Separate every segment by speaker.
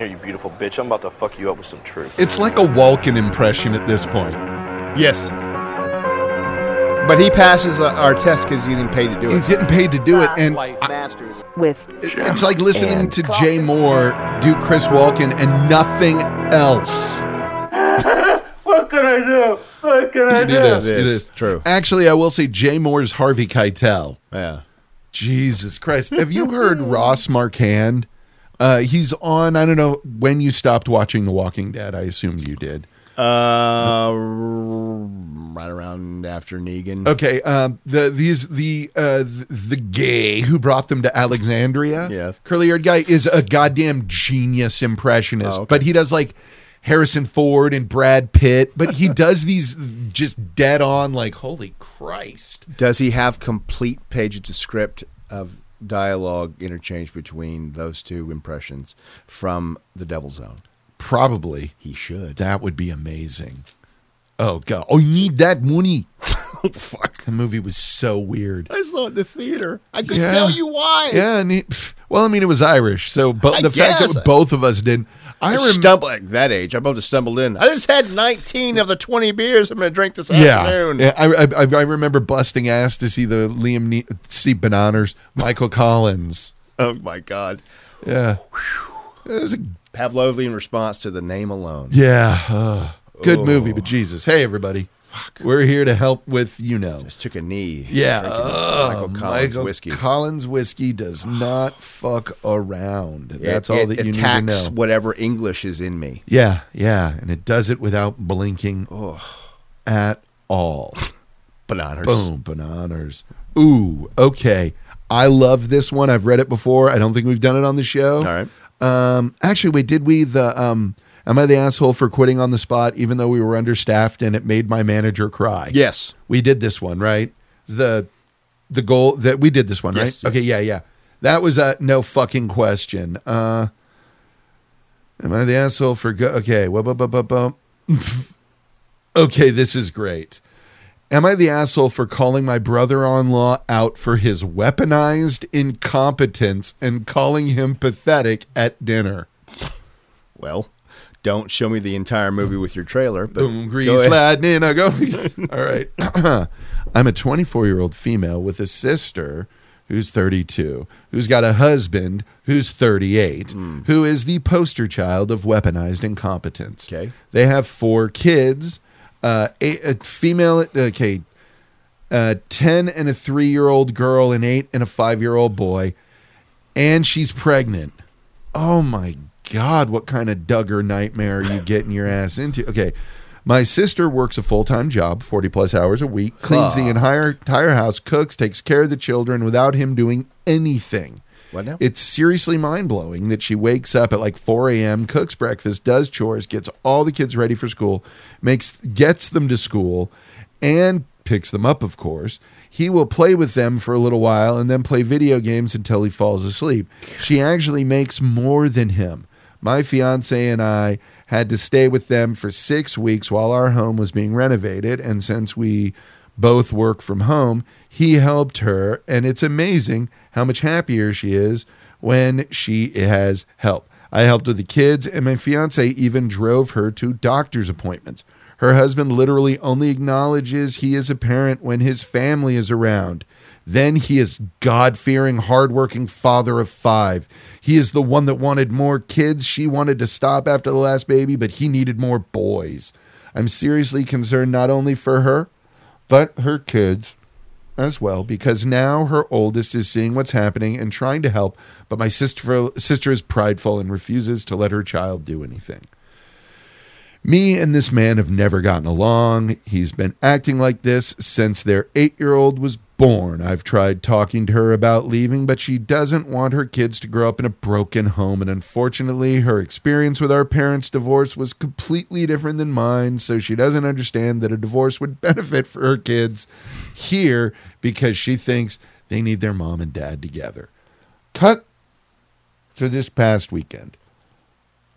Speaker 1: Here, you beautiful bitch. I'm about to fuck you up with some truth.
Speaker 2: It's like a Walken impression at this point.
Speaker 3: Yes. But he passes uh, our- our test because he's getting paid to do it.
Speaker 2: He's getting paid to do it, and I-
Speaker 4: Masters.
Speaker 5: with
Speaker 2: it's like listening
Speaker 6: And-
Speaker 2: to Jay Moore do Chris Walken and nothing else.
Speaker 7: What can I do? What can I
Speaker 2: It
Speaker 7: do?
Speaker 2: is.
Speaker 3: It
Speaker 2: It
Speaker 3: is,
Speaker 2: is
Speaker 3: true.
Speaker 2: Actually, I will say Jay Moore's Harvey Keitel.
Speaker 3: yeah.
Speaker 2: Jesus Christ. Have you heard Ross Marquand? Uh, he's on, I don't know when you stopped watching The Walking Dead. I assume you did.
Speaker 3: Uh, right around after Negan.
Speaker 2: Okay. Um, the these the uh, th- the gay who brought them to Alexandria.
Speaker 3: Yes.
Speaker 2: curly haired guy is a goddamn genius impressionist,
Speaker 3: Oh, okay.
Speaker 2: but he does like Harrison Ford and Brad Pitt, but he does these just dead on like holy Christ.
Speaker 3: Does he have complete pages of script of dialogue interchange between those two impressions from The Devil's Zone?
Speaker 2: Probably
Speaker 3: He should.
Speaker 2: that would be amazing. Oh god, oh you need that money.
Speaker 3: Oh, fuck.
Speaker 2: The movie was so weird.
Speaker 3: I saw it in the theater. I couldn't
Speaker 2: Yeah.
Speaker 3: tell you why.
Speaker 2: Yeah, and he, pff, well, I mean, it was Irish, so but
Speaker 3: I
Speaker 2: the fact
Speaker 3: guess.
Speaker 2: that both of us did, I
Speaker 3: I
Speaker 2: remember.
Speaker 3: stumble at that age. I'm about to stumble in. I just had 19 of the 20 beers I'm going to drink this afternoon.
Speaker 2: Yeah, I, I I remember busting ass to see the Liam ne- see Bananers, Michael Collins.
Speaker 3: Oh my god.
Speaker 2: Yeah, it was a,
Speaker 3: Pavlovian response to the name alone.
Speaker 2: yeah, uh,
Speaker 3: Oh.
Speaker 2: good movie, but Jesus, hey everybody, we're here to help with you know.
Speaker 3: Just took a knee.
Speaker 2: Yeah,
Speaker 3: Drinking
Speaker 2: uh,
Speaker 3: Michael Collins whiskey.
Speaker 2: Collins whiskey does not fuck around. That's
Speaker 3: It-
Speaker 2: all
Speaker 3: it
Speaker 2: that you need to
Speaker 3: attacks
Speaker 2: know.
Speaker 3: whatever English is in me.
Speaker 2: Yeah, yeah, and it does it without blinking at all.
Speaker 3: Bananas.
Speaker 2: Boom, bananas. Ooh, okay. I love this one. I've read it before. I don't think we've done it on the show.
Speaker 3: All right.
Speaker 2: Um, actually, wait, did we? The um, am I the asshole for quitting on the spot, even though we were understaffed and it made my manager cry?
Speaker 3: Yes.
Speaker 2: we did this one, right? The the goal that we did this one,
Speaker 3: Yes,
Speaker 2: right?
Speaker 3: yes.
Speaker 2: Okay, yeah, yeah. That was a no fucking question. Uh, am I the asshole for go- okay? Well, bu- bu- bu- bu- okay, this is great. Am I the asshole for calling my brother in law out for his weaponized incompetence and calling him pathetic at dinner?
Speaker 3: Well, don't show me the entire movie with your trailer. But
Speaker 2: Boom,
Speaker 3: go
Speaker 2: grease
Speaker 3: ahead.
Speaker 2: sliding in. I go. All right. I'm a 24 year old female with a sister who's 32, who's got a husband who's 38,
Speaker 3: Hmm.
Speaker 2: who is the poster child of weaponized incompetence.
Speaker 3: Okay.
Speaker 2: They have four kids. Uh, a, a female. Okay. A 10 and a three year old girl, an eight and a five year old boy, and she's pregnant. Oh my God, what kind of Duggar nightmare are you getting your ass into? Okay. My sister works a full time job, 40 plus hours a week, cleans the entire, entire house, cooks, takes care of the children without him doing anything.
Speaker 3: What now?
Speaker 2: It's seriously mind blowing that she wakes up at like 4 a.m., cooks breakfast, does chores, gets all the kids ready for school, makes gets them to school, and picks them up. Of course, he will play with them for a little while and then play video games until he falls asleep. She actually makes more than him. My fiance and I had to stay with them for six weeks while our home was being renovated, and since we both work from home. He helped her, and it's amazing how much happier she is when she has help. I helped with the kids, and my fiance even drove her to doctor's appointments. Her husband literally only acknowledges he is a parent when his family is around. Then he is God fearing, hard-working father of five. He is the one that wanted more kids. She wanted to stop after the last baby, but he needed more boys. I'm seriously concerned not only for her, but her kids as well because now her oldest is seeing what's happening and trying to help but my sister sister is prideful and refuses to let her child do anything me and this man have never gotten along. He's been acting like this since their eight year old was born. I've tried talking to her about leaving, but she doesn't want her kids to grow up in a broken home. And unfortunately, her experience with our parents' divorce was completely different than mine, so she doesn't understand that a divorce would benefit for her kids here because she thinks they need their mom and dad together. Cut to this past weekend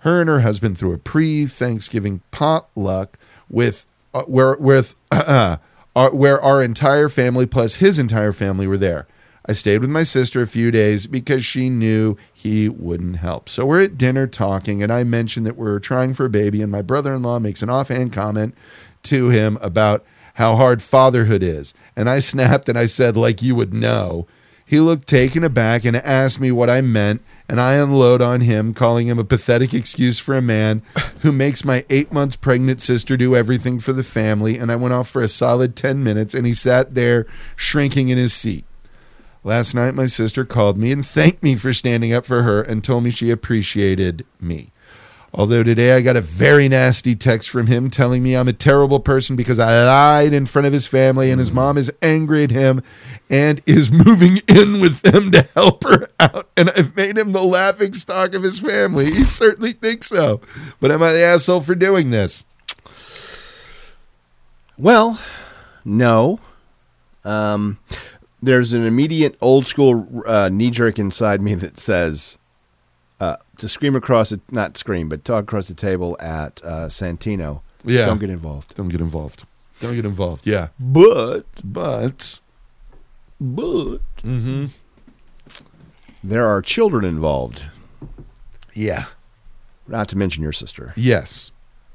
Speaker 2: her and her husband threw a pre-Thanksgiving potluck with uh, where with uh, where our entire family plus his entire family were there. I stayed with my sister a few days because she knew he wouldn't help. So we're at dinner talking, and I mentioned that we're trying for a baby, and my brother in law makes an offhand comment to him about how hard fatherhood is. And I snapped and I said, like you would know. He looked taken aback and asked me what I meant, and I unload on him, calling him a pathetic excuse for a man who makes my eight months pregnant sister do everything for the family. And I went off for a solid 10 minutes, and he sat there shrinking in his seat. Last night, my sister called me and thanked me for standing up for her and told me she appreciated me. Although today I got a very nasty text from him telling me I'm a terrible person because I lied in front of his family and his mom is angry at him and is moving in with them to help her out. And I've made him the laughing stock of his family. He certainly thinks so. But am I the asshole for doing this?
Speaker 3: Well, no. Um, there's an immediate old school uh, knee jerk inside me that says uh, to scream across the not scream but talk across the table at uh, Santino.
Speaker 2: Yeah.
Speaker 3: don't get involved.
Speaker 2: Don't get involved. Don't get involved. Yeah.
Speaker 3: But
Speaker 2: But
Speaker 3: but there are children involved.
Speaker 2: yeah.
Speaker 3: Not to mention your sister,
Speaker 2: Yes.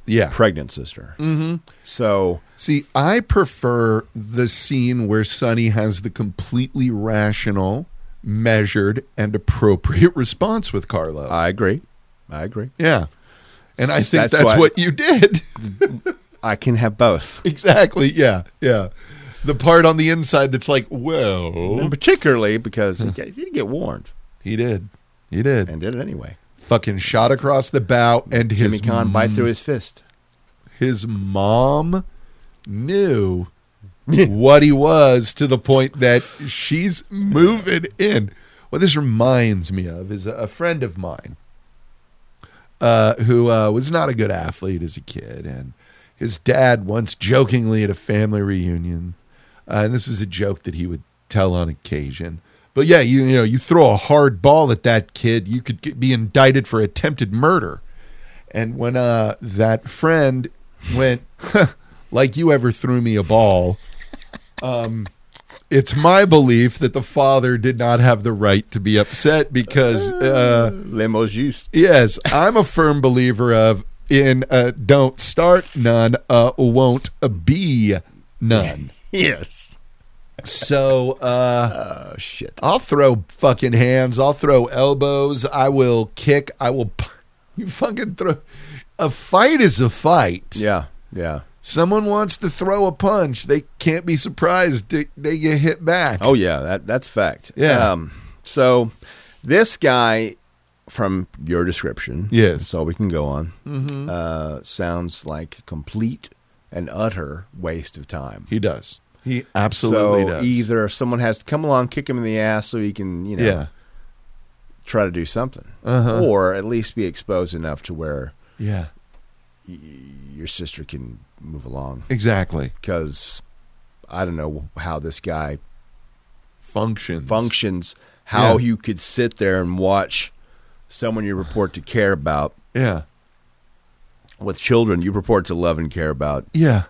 Speaker 2: Yeah.
Speaker 3: pregnant sister. Mm-hmm. So
Speaker 2: See, I prefer the scene where Sonny has the completely rational, measured, and appropriate response with Carlo.
Speaker 3: I agree. I agree.
Speaker 2: yeah. And I think
Speaker 3: That's
Speaker 2: that's,
Speaker 3: why-
Speaker 2: what you did.
Speaker 3: I can have both.
Speaker 2: exactly. Yeah. Yeah. The part on the inside that's like, well,
Speaker 3: And particularly because he didn't get warned
Speaker 2: he did. He did.
Speaker 3: and did it anyway.
Speaker 2: Fucking shot across the bow, and
Speaker 3: Jimmy
Speaker 2: his,
Speaker 3: Khan bite through his fist.
Speaker 2: his mom knew what he was to the point that she's moving in. What this reminds me of is a- a friend of mine uh, who uh, was not a good athlete as a kid, and his dad once jokingly at a family reunion, uh, and this was a joke that he would tell on occasion. But yeah, you you know, you throw a hard ball at that kid, you could get, be indicted for attempted murder. And when uh, that friend went, "Huh, like you ever threw me a ball, um, it's my belief that the father did not have the right to be upset because, uh,
Speaker 3: Lemos used.
Speaker 2: yes, I'm a firm believer of in uh, don't start none, uh, won't be none.
Speaker 3: Yes.
Speaker 2: So uh,
Speaker 3: Oh shit.
Speaker 2: I'll throw fucking hands. I'll throw elbows. I will kick. I will. p- You fucking throw. A fight is a fight.
Speaker 3: Yeah. Yeah.
Speaker 2: Someone wants to throw a punch. They can't be surprised. They, they get hit back.
Speaker 3: Oh yeah, that that's fact.
Speaker 2: Yeah.
Speaker 3: Um, so this guy, from your description,
Speaker 2: Yes.
Speaker 3: that's all we can go on. Uh, sounds like a complete and utter waste of time.
Speaker 2: he does. He absolutely
Speaker 3: so
Speaker 2: does.
Speaker 3: either someone has to come along, kick him in the ass, so he can you know
Speaker 2: Yeah.
Speaker 3: try to do something,
Speaker 2: Uh-huh.
Speaker 3: or at least be exposed enough to where
Speaker 2: Oh. Yeah.
Speaker 3: your sister can move along.
Speaker 2: Exactly.
Speaker 3: Because I don't know how this guy
Speaker 2: Functions.
Speaker 3: functions how
Speaker 2: Yeah.
Speaker 3: you could sit there and watch someone you report to care about
Speaker 2: Yeah.
Speaker 3: with children you purport to love and care about
Speaker 2: Yeah.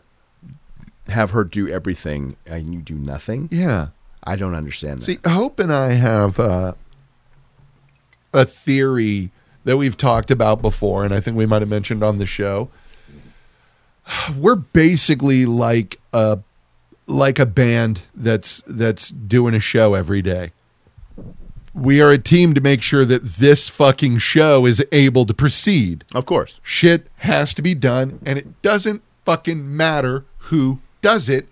Speaker 3: have her do everything and you do nothing
Speaker 2: Yeah.
Speaker 3: i don't understand that
Speaker 2: See, Hope and I have uh, a theory that we've talked about before, and I think we might have mentioned on the show. We're basically like a like a band that's that's doing a show every day. We are a team to make sure that this fucking show is able to proceed.
Speaker 3: of course
Speaker 2: Shit has to be done, and it doesn't fucking matter who does it.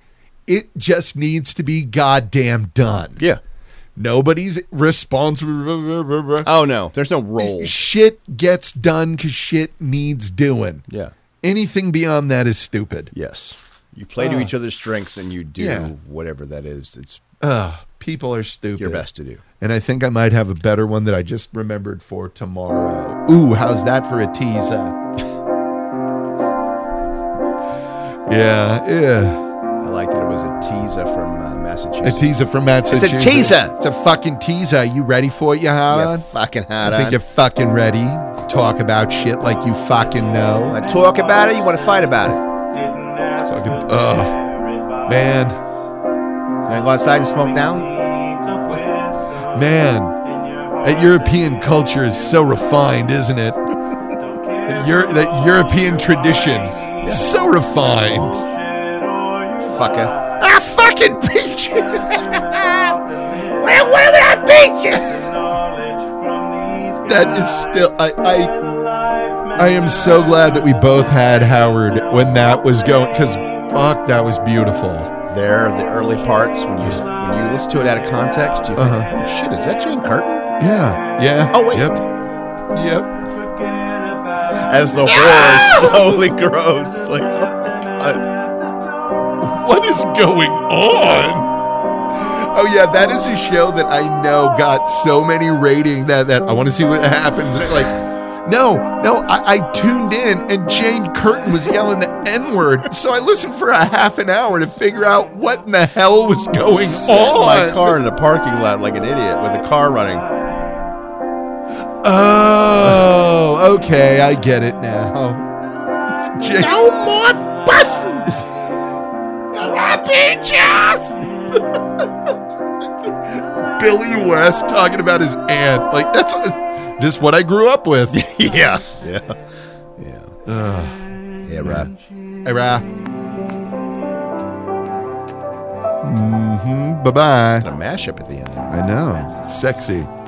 Speaker 2: It just needs to be goddamn done.
Speaker 3: yeah
Speaker 2: Nobody's responsible.
Speaker 3: oh no there's no role
Speaker 2: Shit gets done because shit needs doing.
Speaker 3: yeah
Speaker 2: Anything beyond that is stupid.
Speaker 3: yes you play to each other's strengths and you do
Speaker 2: Uh. Yeah.
Speaker 3: whatever that is it's
Speaker 2: Ugh, people are stupid.
Speaker 3: your best to do
Speaker 2: And I think I might have a better one that I just remembered for tomorrow. Ooh, how's that for a teaser? yeah, yeah.
Speaker 3: i like that it was a teaser from uh,
Speaker 2: A
Speaker 3: massachusetts
Speaker 2: teaser from Massachusetts.
Speaker 3: teaser.
Speaker 2: It's a fucking teaser. You ready for it, you
Speaker 3: yeah,
Speaker 2: Howard?
Speaker 3: fucking hot
Speaker 2: I think you're fucking ready. Talk about shit like you fucking know.
Speaker 3: want to talk about it you want to fight about it
Speaker 7: Didn't ask
Speaker 2: Fucking-
Speaker 7: for
Speaker 2: ugh.
Speaker 7: everybody.
Speaker 2: Man.
Speaker 3: can i go outside and smoke down
Speaker 7: Need to win.
Speaker 2: Man, that European culture is so refined, isn't it? That, Euro- that European tradition, it's so refined.
Speaker 3: Fucker.
Speaker 2: Ah, fucking peaches! Where were that peaches? That is still. I, I I am so glad that we both had Howard when that was going. Because fuck, that was beautiful.
Speaker 3: There, the early parts when you when you listen to it out of context, you think,
Speaker 2: Uh-huh.
Speaker 3: oh, "Shit, is that Jane Curtin?"
Speaker 2: Yeah. Yeah.
Speaker 3: Oh, wait.
Speaker 2: Yep. Yep.
Speaker 3: As the horror slowly grows, like, oh my god,
Speaker 2: What is going on? Oh yeah, that is a show that I know got so many rating that that I want to see what happens. And it, like, no, no, I, I tuned in and Jane Curtin was yelling the N word, so I listened for a half an hour to figure out what in the hell was going
Speaker 3: my
Speaker 2: on.
Speaker 3: car in the parking lot like an idiot with a car running.
Speaker 2: Oh, okay, I get it now. Jane- no more bussing. Billy West talking about his aunt. Like that's uh, just what I grew up with.
Speaker 3: yeah, yeah, yeah, yeah, right.
Speaker 2: Ira. Mm-hmm. Bye bye. Mm-hmm.
Speaker 3: Got a mashup at the end. There.
Speaker 2: I know. Sexy.